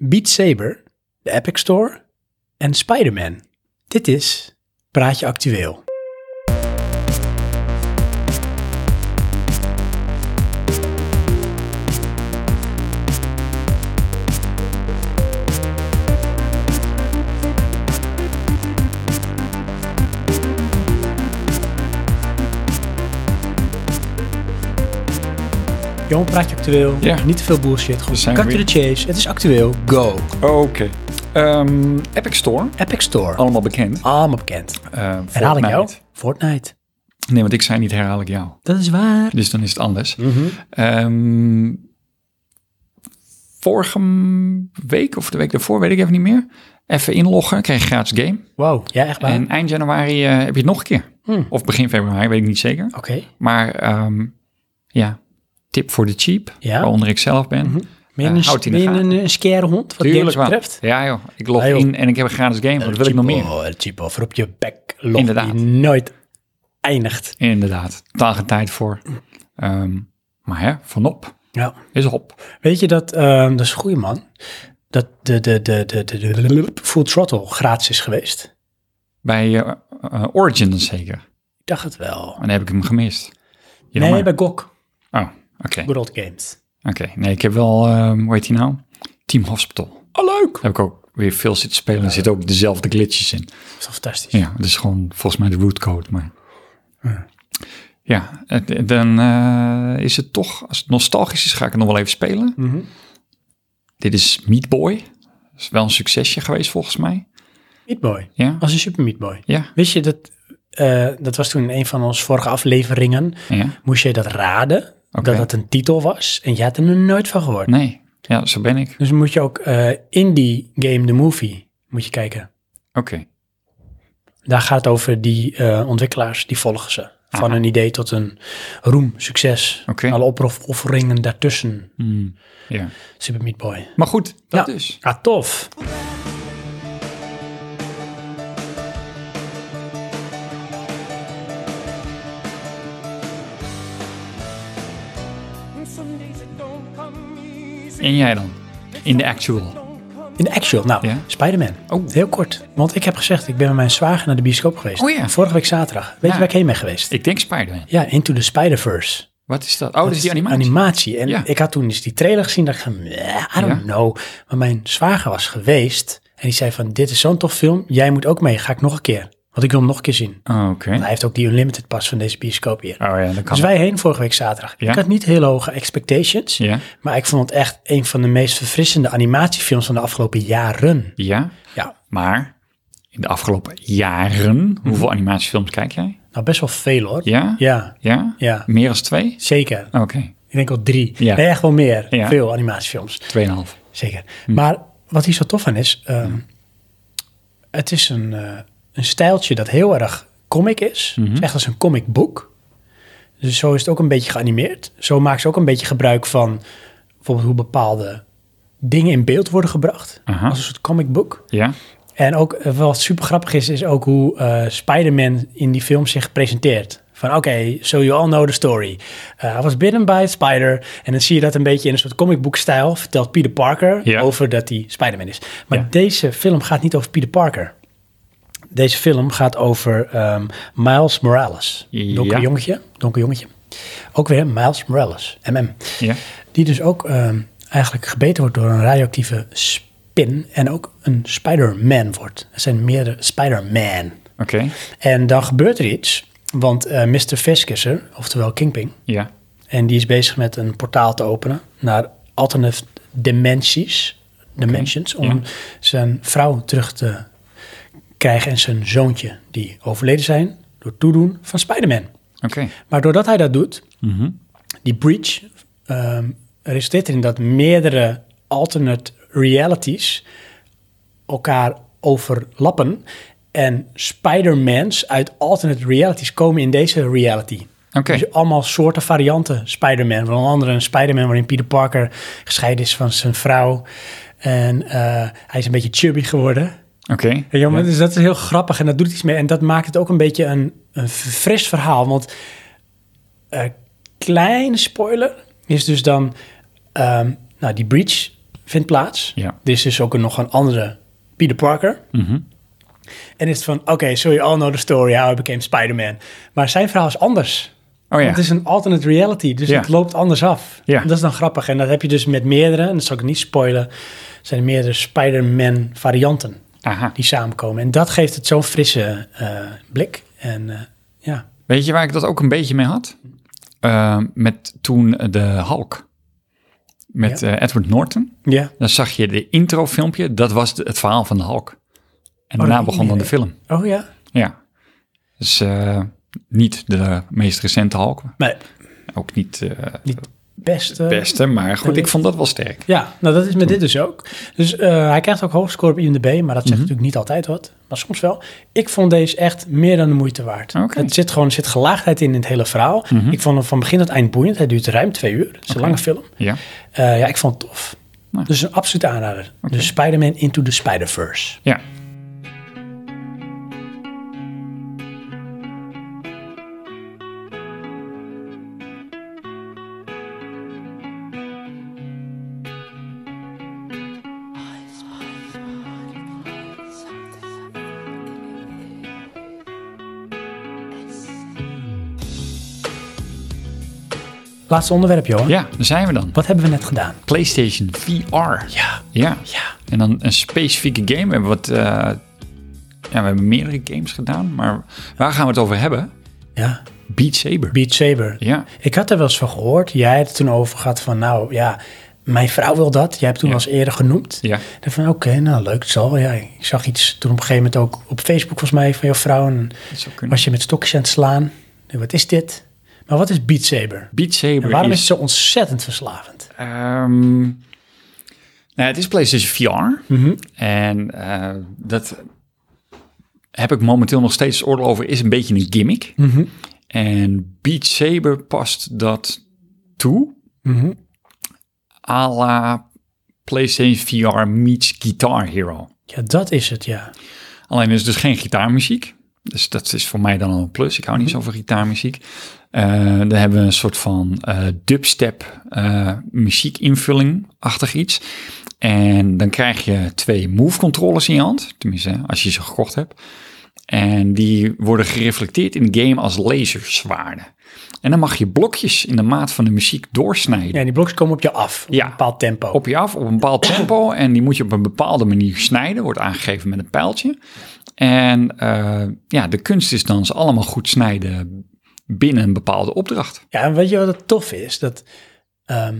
Beat Saber, de Epic Store en Spider-Man. Dit is Praatje Actueel. Jongen, praatje actueel. Ja. Niet te veel bullshit. We Goed. zijn Cut er to weer. the chase. Het is actueel. Go. Oké. Ehm, Epic Store, Epic Store. allemaal bekend. Allemaal bekend. Eh, Ah, Herhaal ik Fortnite. jou? Fortnite. Nee, want ik zei niet herhaal ik jou. Dat is waar. Dus dan is het anders. Mhm. Ehm, vorige week of de week daarvoor, weet ik even niet meer. Even inloggen, krijg je een gratis game. Wow. Ja, echt waar. En eind januari eh, heb je het nog een keer. Hmm. Of begin februari, weet ik niet zeker. Oké. Maar ehm, ja, tip voor de cheap, Ja. waaronder ik zelf ben. Ben je Eh, een, houdt in ben de je gaten. een, een scare hond, wat games wel. betreft? Ja joh, ik log Ja, joh. in en ik heb een gratis game. Wat wil ik nog meer? El Cheapo, voor op je bek loopt Inderdaad. die nooit eindigt. Inderdaad, daar geen tijd voor. Ehm, maar hè, vanop Ja. is op. Weet je dat, ehm, dat is een goeie man, dat de, de, de, de, de, de, de- Full Throttle gratis is geweest? Bij eh, eh, Origin dan zeker. Ik dacht het wel. En dan heb ik hem gemist. Nee, Jammer. bij GOG, Oh, oké. Oké, Good Old Games. nee, ik heb wel, ehm, hoe heet die nou? Team Hospital. Oh, leuk. Daar heb ik ook weer veel zitten spelen. Er zitten ook dezelfde glitches in. Dat is fantastisch. Ja, dat is gewoon volgens mij de root code. Maar... Ja, het- dan eh, is het toch, als het nostalgisch is, ga ik het nog wel even spelen. Mhm. Dit is Meat Boy. Dat is wel een succesje geweest volgens mij. Meat Boy, Ja, als een Super Meat Boy. ja, Wist je dat, eh, dat was toen in een van onze vorige afleveringen, ja. moest je dat raden, Oké. dat dat een titel was en je had er nog nooit van gehoord. Nee, ja, zo ben ik. Dus moet je ook eh, Indie Game The Movie moet je kijken. Oké, Daar gaat het over die eh, ontwikkelaars, die volgen ze. Van Aha. een idee tot een roem, succes. oké. Alle opofferingen daartussen. Hmm, Ja. Super Meat Boy. Maar goed, dat Ja. dus. Ah, tof. En jij dan? In de actual. In de actual, nou, Ja. Spider-Man. Oh. Heel kort. Want ik heb gezegd, ik ben met mijn zwager naar de bioscoop geweest. Oh ja. Vorige week zaterdag. Weet Ja. je waar ik heen ben geweest? Ik denk Spider-Man. Ja, Into the Spider-Verse. Wat is dat? Oh, dat is die Dat animatie. animatie. En Ja. ik had toen eens die trailer gezien. dacht ik van, "Meh, I don't know. Maar mijn zwager was geweest. En die zei van, dit is zo'n tof film. Jij moet ook mee. Ga ik nog een keer. Want ik wil hem nog een keer zien. Oh, oké. Hij heeft ook die Unlimited pas van deze bioscoop hier. Oh ja, dat kan. Dus wij heen vorige week zaterdag. Ja. Ik had niet heel hoge expectations. Ja, Maar ik vond het echt een van de meest verfrissende animatiefilms van de afgelopen jaren. ja. Ja, Maar in de afgelopen jaren, hoeveel animatiefilms kijk jij? nou best wel veel hoor. Ja? Ja, Ja? ja, Meer dan twee? Oh, zeker. Oké, Ik denk wel drie. Ja. Nee, echt wel meer. Ja. Veel animatiefilms. tweeënhalf. Zeker. Maar wat hier zo tof aan is, ehm, het is een, eh, een stijltje dat heel erg comic is. Het is echt als een comic boek. Dus zo is het ook een beetje geanimeerd. Zo maken ze ook een beetje gebruik van bijvoorbeeld hoe bepaalde dingen in beeld worden gebracht. Aha. Als een soort comic book. Ja? En ook eh, wat super grappig is, is ook hoe eh Spider-Man in die film zich presenteert. Van oké, so you all know the story. Eh, I was bitten by a spider. En dan zie je dat een beetje in een soort comicboekstijl. Vertelt Peter Parker Ja. over dat hij Spider-Man is. Maar Ja. deze film gaat niet over Peter Parker. Deze film gaat over ehm, Miles Morales. Ja. Donker jongetje. Donker jongetje. Ook weer Miles Morales. MM. Ja? Die dus ook ehm, eigenlijk gebeten wordt door een radioactieve spin en ook een Spider-Man wordt. Er zijn meerdere Spider-Man. Oké. En dan gebeurt er iets, want eh Mr. Fisk is er, oftewel Kingpin. Ja. En die is bezig met een portaal te openen naar alternate dimensies, dimensions, om ja. zijn vrouw terug te krijgen en zijn zoontje, die overleden zijn door het toedoen van Spider-Man. Oké. Maar doordat hij dat doet, Mhm. die breach ehm resulteert erin dat meerdere alternate realities elkaar overlappen. En Spider-Mans uit alternate realities komen in deze reality. Oké. Dus allemaal soorten varianten Spider-Man. Van een andere een Spider-Man waarin Peter Parker gescheiden is van zijn vrouw. En eh, hij is een beetje chubby geworden. Oké. Weet je wel, Ja. maar Dus dat is heel grappig en dat doet iets mee. En dat maakt het ook een beetje een, een fris verhaal. Want eh kleine spoiler is dus dan... ehm, nou, die breach vindt plaats. Ja. Dit is dus ook een, nog een andere Peter Parker. Mhm. En is het van, oké, so you all know the story, how I became Spider-Man. Maar zijn verhaal is anders. Oh ja. Het is een alternate reality, dus Ja. het loopt anders af. Ja. Dat is dan grappig. En dat heb je dus met meerdere, en dat zal ik niet spoilen, zijn er meerdere Spider-Man varianten Aha. die samenkomen. En dat geeft het zo'n frisse eh, blik. En eh, ja, Weet je waar ik dat ook een beetje mee had? Eh, met toen de Hulk. Met eh, Edward Norton. ja. Dan zag je de introfilmpje. Dat was de- het verhaal van de Hulk. En Oh, daarna dat begon weet dan ik de film. Oh ja. Ja. Dus eh, niet de meest recente Hulk. Maar Ook niet eh Niet best. eh, het beste. Maar goed, eh, ik vond dat wel sterk. Ja, nou dat is met dit dus ook. Dus eh, hij krijgt ook hoog score op IMDb, maar dat zegt natuurlijk niet altijd wat. Maar soms wel. Ik vond deze echt meer dan de moeite waard. Oké. Het zit gewoon, er zit gelaagdheid in, in het hele verhaal. Ik vond hem van begin tot eind boeiend. Hij duurt ruim twee uur. Het is een lange film. Ja. Eh, ja, ik vond het tof. Nou. Dus een absoluut aanrader. Dus Spider-Man Into the Spider-Verse. Ja. Laatste onderwerp, Johan. ja, daar zijn we dan. Wat hebben we net gedaan? PlayStation VR. Ja. Ja. Ja. En dan een specifieke game. We hebben, wat, eh, ja, we hebben meerdere games gedaan. Maar waar gaan we het over hebben? Ja. Beat Saber. Beat Saber. Ja. Ik had er wel eens van gehoord. Jij had het toen over gehad van, nou ja, mijn vrouw wil dat. Jij hebt toen wel eens eerder genoemd. Ja. Dan van, oké, nou leuk, het zal wel. Ja, ik zag iets toen op een gegeven moment ook op Facebook volgens mij van jouw vrouw. En Dat zou kunnen. was je met stokjes aan het slaan. En wat is dit? Maar wat is Beat Saber? Beat Saber En waarom is is... het zo ontzettend verslavend? ehm, nou, het is PlayStation VR. Mhm. En eh, dat heb ik momenteel nog steeds oordeel over. Is een beetje een gimmick. Mhm. En Beat Saber past dat toe. Mhm. à la PlayStation VR meets Guitar Hero. Ja, dat is het, ja. Alleen is dus geen gitaarmuziek. Dus dat is voor mij dan al een plus. Ik hou niet zo van gitaarmuziek. Eh dan hebben we een soort van eh, dubstep eh muziekinvulling-achtig iets. En dan krijg je twee move controllers in je hand. Tenminste, als je ze gekocht hebt. En die worden gereflecteerd in de game als laserzwaarden. En dan mag je blokjes in de maat van de muziek doorsnijden. Ja, en die blokjes komen op je af. Op Ja. een bepaald tempo. op je af op een bepaald tempo. En die moet je op een bepaalde manier snijden. Wordt aangegeven met een pijltje. En eh, ja, de kunst is dan ze allemaal goed snijden binnen een bepaalde opdracht. Ja, en weet je wat het tof is? Dat ehm,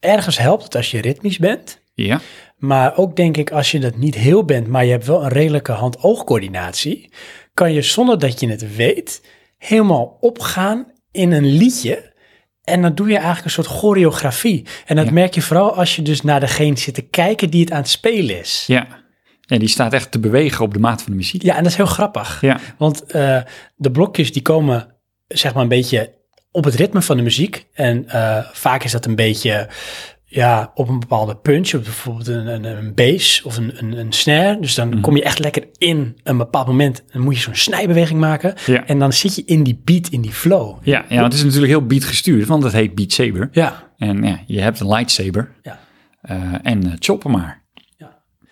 ergens helpt het als je ritmisch bent. Ja, Maar ook denk ik, als je dat niet heel bent, maar je hebt wel een redelijke hand-oogcoördinatie, kan je zonder dat je het weet, helemaal opgaan in een liedje. En dan doe je eigenlijk een soort choreografie. En dat Ja. merk je vooral als je dus naar degene zit te kijken die het aan het spelen is. Ja, ja. ja die staat echt te bewegen op de maat van de muziek. en dat is heel grappig. Ja, Want eh, de blokjes die komen zeg maar een beetje op het ritme van de muziek. En eh, vaak is dat een beetje ja, op een bepaalde punch, op bijvoorbeeld een, een, een bass of een, een, een snare. Dus dan Mm-hmm. kom je echt lekker in een bepaald moment. Dan moet je zo'n snijbeweging maken. Ja. En dan zit je in die beat, in die flow. ja, ja het is natuurlijk heel beat gestuurd, want het heet Beat Saber. Ja. En ja, je hebt een lightsaber ja. eh, en eh, choppen maar.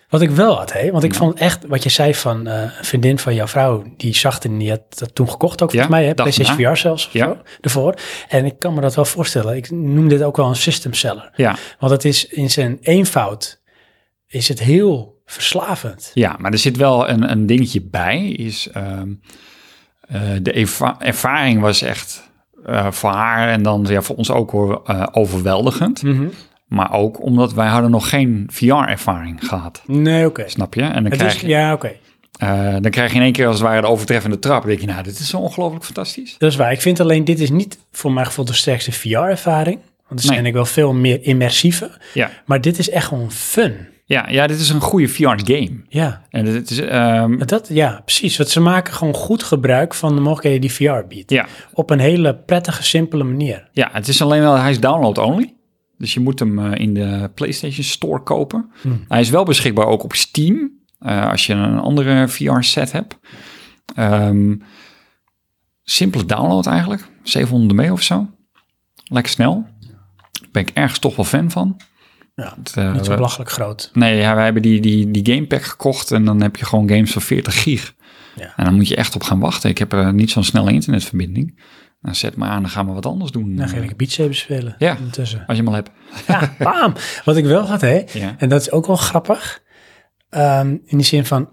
Wat ik wel had, hè, want Mhm. ik vond echt wat je zei van eh, een vriendin van jouw vrouw, die zag het en die had dat toen gekocht ook volgens Ja, mij, hè, dag PlayStation na. VR zelfs of Ja. zo, ervoor. En ik kan me dat wel voorstellen. Ik noem dit ook wel een system seller. Ja. Want het is in zijn eenvoud, is het heel verslavend. Ja, maar er zit wel een, een dingetje bij. Is, ehm, eh, de erva- ervaring was echt eh, voor haar en dan ja, voor ons ook hoor, eh, overweldigend. Mm. Maar ook omdat wij hadden nog geen VR-ervaring gehad. Nee, oké. Snap je? En dan Het krijg, is, je, ja, oké. eh, dan krijg je in één keer als het ware de overtreffende trap. Dan denk je, nou, dit is zo ongelooflijk fantastisch. Dat is waar. Ik vind alleen, dit is niet voor mijn gevoel de sterkste VR-ervaring. Want er Nee. zijn ik wel veel meer immersieve. Ja, Maar dit is echt gewoon fun. ja, ja dit is een goede VR-game. Ja. En het is, ehm, Dat, ja, precies. Want ze maken gewoon goed gebruik van de mogelijkheden die VR biedt. ja, Op een hele prettige, simpele manier. Ja, het is alleen wel, hij is download only. Dus je moet hem eh, in de PlayStation Store kopen. Hm. Hij is wel beschikbaar ook op Steam, eh, als je een andere VR-set hebt. Ehm, simpele download eigenlijk, 700 mee of zo. Lekker snel. Ben ik ergens toch wel fan van. Ja, Het, eh, niet zo we- belachelijk groot. Nee, ja, wij hebben die, die, die gamepack gekocht en dan heb je gewoon games van 40 gig. Ja. En dan moet je echt op gaan wachten. Ik heb eh, niet zo'n snelle internetverbinding. Nou, zet maar aan, dan gaan we wat anders doen. Nou, ga ik Beat Saber spelen. Ja. Intussen. Als je hem al hebt. Ja, bam. Wat ik wel had, hè. Ja. En dat is ook wel grappig. Ehm, in de zin van,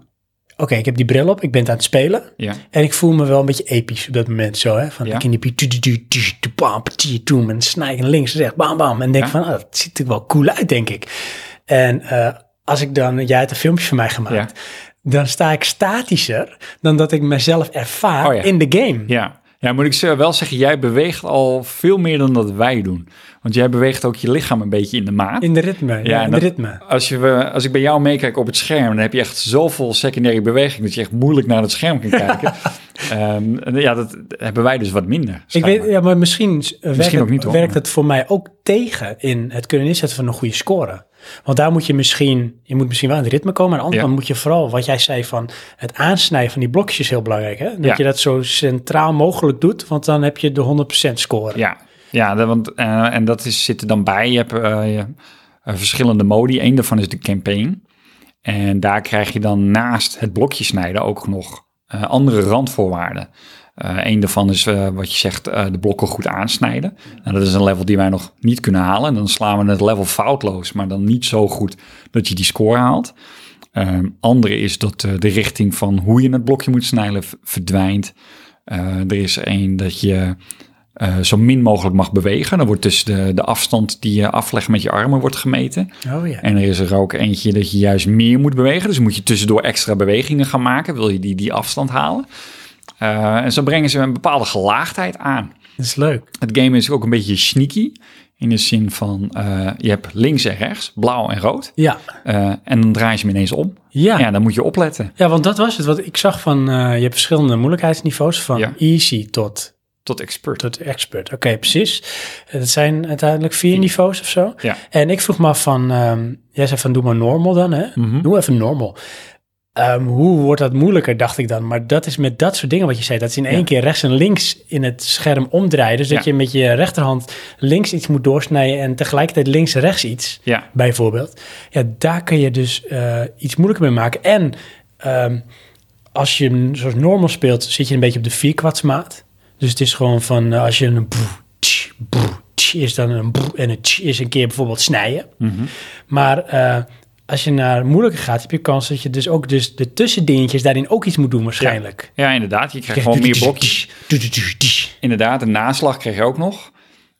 oké, ik heb die bril op, ik ben het aan het spelen. Ja. En ik voel me wel een beetje episch op dat moment zo, hè. Van, Ja. ik in die piet, tu- tu- tu- tu- tu- bam, tu- tu- en snij en links en rechts, bam, bam. En denk Ja. van, ah, dat ziet er wel cool uit, denk ik. En eh, als ik dan, jij hebt een filmpje van mij Ja. gemaakt, dan sta ik statischer dan dat ik mezelf ervaar Oh, ja. in de game. Ja. ja, moet ik ze- wel zeggen, jij beweegt al veel meer dan dat wij doen. Want jij beweegt ook je lichaam een beetje in de maat. In de ritme, ja, Ja, in en dat- de ritme. Als, je, eh, als ik bij jou meekijk op het scherm, dan heb je echt zoveel secundaire beweging dat je echt moeilijk naar het scherm kan kijken. Ehm, en ja, dat hebben wij dus wat minder. Ik schijnbaar. weet, ja, maar misschien, eh, werkt, ook niet, het, hoor. werkt het voor mij ook tegen in het kunnen inzetten van een goede score. Want daar moet je misschien, je moet misschien wel aan het ritme komen. En anders Ja. dan moet je vooral, wat jij zei van het aansnijden van die blokjes is heel belangrijk. Hè? Dat Ja. je dat zo centraal mogelijk doet, want dan heb je de 100% score. Ja, ja dat- want, eh, en dat is, zit er dan bij. Je hebt eh, je- eh, verschillende modi. Eén daarvan is de campaign. En daar krijg je dan naast het blokje snijden ook nog eh, andere randvoorwaarden. Eén daarvan is eh, wat je zegt, eh, de blokken goed aansnijden. Nou, dat is een level die wij nog niet kunnen halen. En dan slaan we het level foutloos, maar dan niet zo goed dat je die score haalt. Ehm, andere is dat eh, de richting van hoe je het blokje moet snijden v- verdwijnt. Eh, er is één dat je eh, zo min mogelijk mag bewegen. Dan wordt dus de, de afstand die je aflegt met je armen wordt gemeten. Oh ja. En er is er ook eentje dat je juist meer moet bewegen. Dus moet je tussendoor extra bewegingen gaan maken. Wil je die, die afstand halen? Eh, en zo brengen ze een bepaalde gelaagdheid aan. Dat is leuk. Het game is ook een beetje sneaky. In de zin van, eh, je hebt links en rechts, blauw en rood. Ja. Eh, en dan draai je hem ineens om. Ja. Ja, ja. dan moet je opletten. want dat was het. Wat ik zag van, eh, je hebt verschillende moeilijkheidsniveaus, van Ja. easy tot, Tot expert. tot expert. Oké, precies. Het zijn uiteindelijk vier niveaus of zo. Ja. En ik vroeg me af van, ehm, jij zei van doe maar normal dan, hè? Mhm. Doe even normal. Ehm, hoe wordt dat moeilijker, dacht ik dan. Maar dat is met dat soort dingen wat je zei. Dat is in één Ja. keer rechts en links in het scherm omdraaien. Dus dat Ja. je met je rechterhand links iets moet doorsnijden en tegelijkertijd links en rechts iets, Ja, bijvoorbeeld. Ja, daar kun je dus eh, iets moeilijker mee maken. En ehm, als je hem zoals normal speelt, zit je een beetje op de vierkwartsmaat. Dus het is gewoon van eh, als je een boe, tsch, boe, tsch, is dan een boe en een tsch is een keer bijvoorbeeld snijden. Mhm. Maar eh, als je naar moeilijker gaat, heb je kans dat je dus ook dus de tussendingetjes daarin ook iets moet doen waarschijnlijk. ja inderdaad. Je krijgt gewoon meer blokjes. Inderdaad, een naslag krijg je ook nog.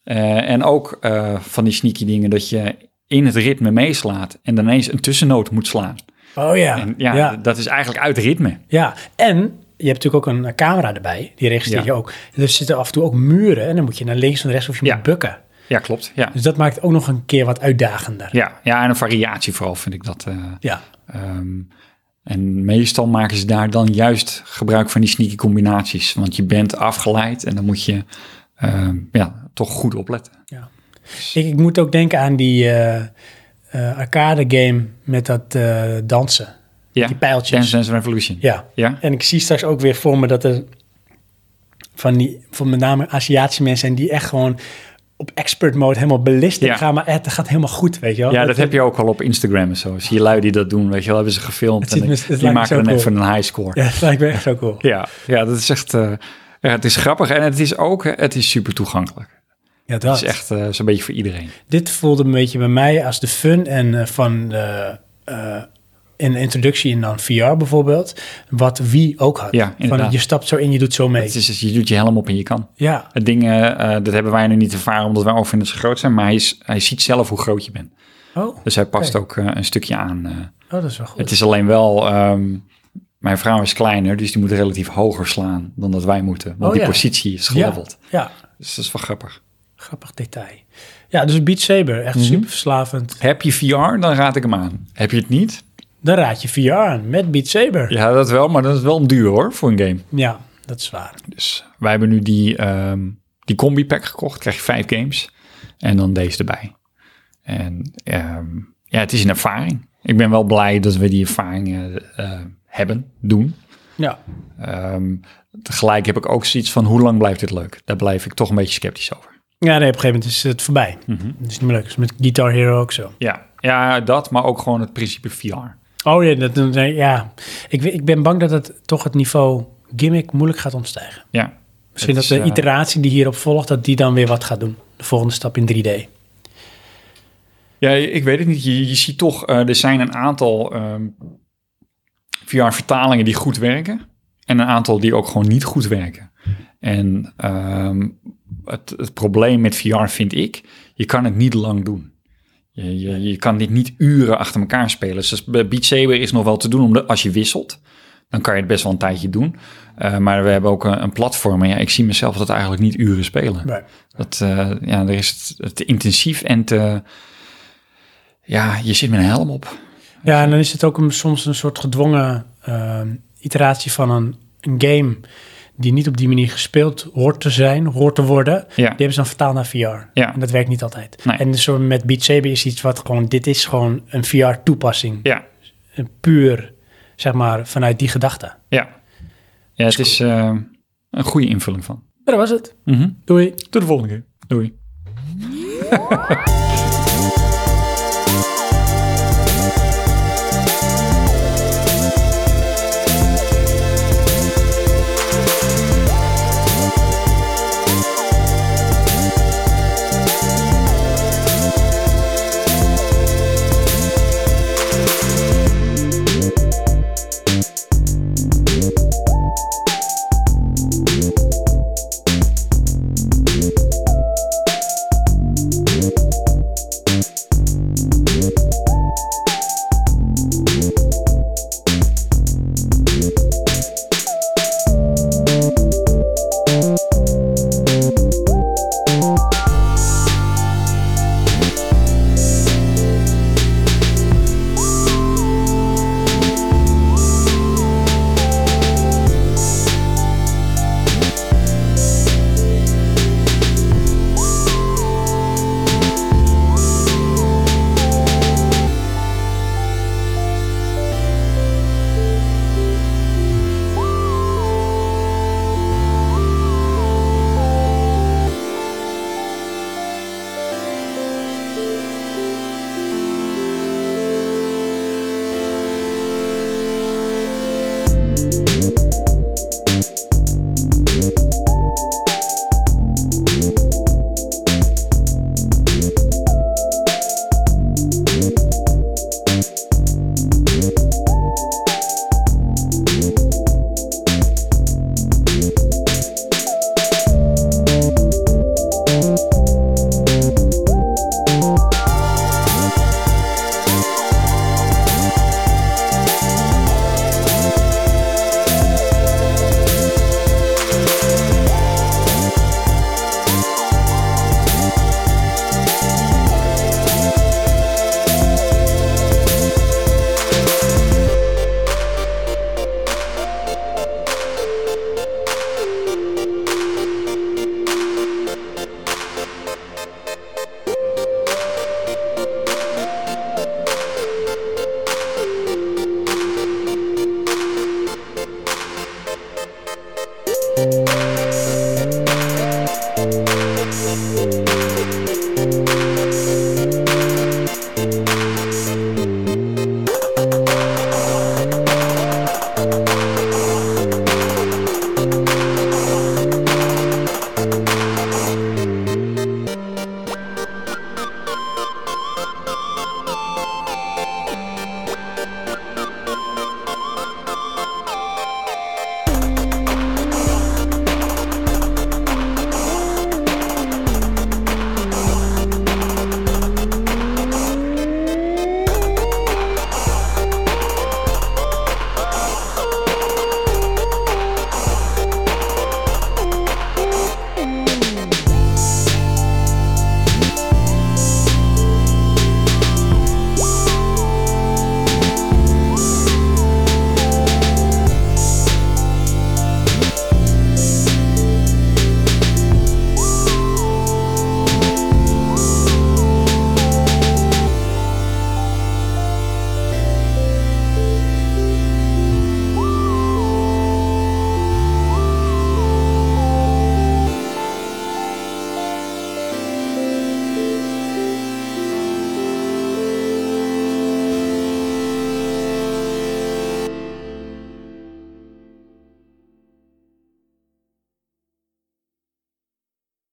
Eh, en ook eh, van die sneaky dingen dat je in het ritme meeslaat en dan ineens een tussennoot moet slaan. Oh ja. En ja, ja, ja. dat is eigenlijk uit ritme. En je hebt natuurlijk ook een eh, camera erbij, die registreer je Ja. ook. Dus Er zitten af en toe ook muren en dan moet je naar links en rechts of je Ja. moet bukken. Ja, klopt. Ja. Dus dat maakt het ook nog een keer wat uitdagender. Ja, ja, en een variatie vooral vind ik dat. eh, Ja. ehm, en meestal maken ze daar dan juist gebruik van die sneaky combinaties. Want je bent afgeleid en dan moet je ehm, ja, toch goed opletten. Ik, ik moet ook denken aan die eh, eh, arcade game met dat eh, dansen. Ja, Die pijltjes. Dance Dance Revolution. Ja. Ja? En ik zie straks ook weer voor me dat er van die, van met name Aziatische mensen zijn die echt gewoon op expert mode helemaal ballistic Ja. gaan, maar het gaat helemaal goed, weet je wel. Ja, dat heb je ook al op Instagram en zo. Zie je lui die dat doen, weet je wel, hebben ze gefilmd. Het ziet en me- die- het lijkt die me maken zo dan cool. even een high score. Ja, dat lijkt me echt zo cool. Ja, ja dat is echt... eh, ja, het is grappig en het is ook eh, het is super toegankelijk. Ja, Het dat. is echt eh, zo'n beetje voor iedereen. Dit voelde een beetje bij mij als de fun en eh, van de, eh, een introductie in dan VR bijvoorbeeld, wat wie ook had. Ja, van inderdaad. je stapt zo in, je doet zo mee. Het is, is- je doet je helm op en je kan. Ja, Het ding, eh, eh, dat hebben wij nu niet ervaren omdat wij ook vinden dat ze groot zijn. Maar hij, is, hij ziet zelf hoe groot je bent. oh, oh, Dus hij past Oké. ook eh, een stukje aan. eh. dat is wel goed. het is alleen wel... ehm, mijn vrouw is kleiner, dus die moet relatief hoger slaan dan dat wij moeten. Want Oh, die ja. positie is ja, geleveld. ja, Dus dat is wel grappig. grappig detail. Ja, dus Beat Saber, echt Mhm. super verslavend. Heb je VR, dan raad ik hem aan. Heb je het niet? Dan raad je VR aan met Beat Saber. Ja, Ja, dat wel, maar dat is wel een duur hoor, voor een game. dat is waar. Dus wij hebben nu die, ehm, die combi-pack gekocht, krijg je vijf games. En dan deze erbij. En ehm, ja, het is een ervaring. Ik ben wel blij dat we die ervaring eh, eh, hebben, doen. Ja, Ehm, tegelijk heb ik ook zoiets van, hoe lang blijft dit leuk? Daar blijf ik toch een beetje sceptisch over. Mhm. ja nee, op een gegeven moment is het voorbij. Dat is niet meer leuk. Dat is met Guitar Hero ook zo. Ja, Ja, dat, maar ook gewoon het principe VR. Oh ja, dat, nee, ja. Ik, we- ik ben bang dat het toch het niveau gimmick moeilijk gaat ontstijgen. Ja. Misschien Het dat is, de eh, iteratie die hierop volgt, dat die dan weer wat gaat doen. De volgende stap in 3D. Ja, ik weet het niet. Je, je ziet toch, eh, er zijn een aantal ehm VR-vertalingen die goed werken. En een aantal die ook gewoon niet goed werken. En ehm, het, het probleem met VR vind ik, je kan het niet lang doen. Je, je, je kan dit niet uren achter elkaar spelen. Dus bij Beat Saber is nog wel te doen, omdat als je wisselt, dan kan je het best wel een tijdje doen. Eh, maar we hebben ook een, een platform. En ja, ik zie mezelf dat eigenlijk niet uren spelen. Maar Dat, eh, ja, er is het, te intensief en te... Ja, je zit met een helm op. Ja, en dan is het ook een, soms een soort gedwongen ehm, iteratie van een, een game die niet op die manier gespeeld hoort te zijn, hoort te worden. Die Ja, hebben ze dan vertaald naar VR. Ja. En dat werkt niet altijd. Nee. En zo met Beat Saber is iets wat gewoon, dit is gewoon een VR-toepassing. ja, Puur, zeg maar, vanuit die gedachte. ja. ja het is eh, een goede invulling van. Maar dat was het. Mhm. Doei. Tot de volgende keer. Doei.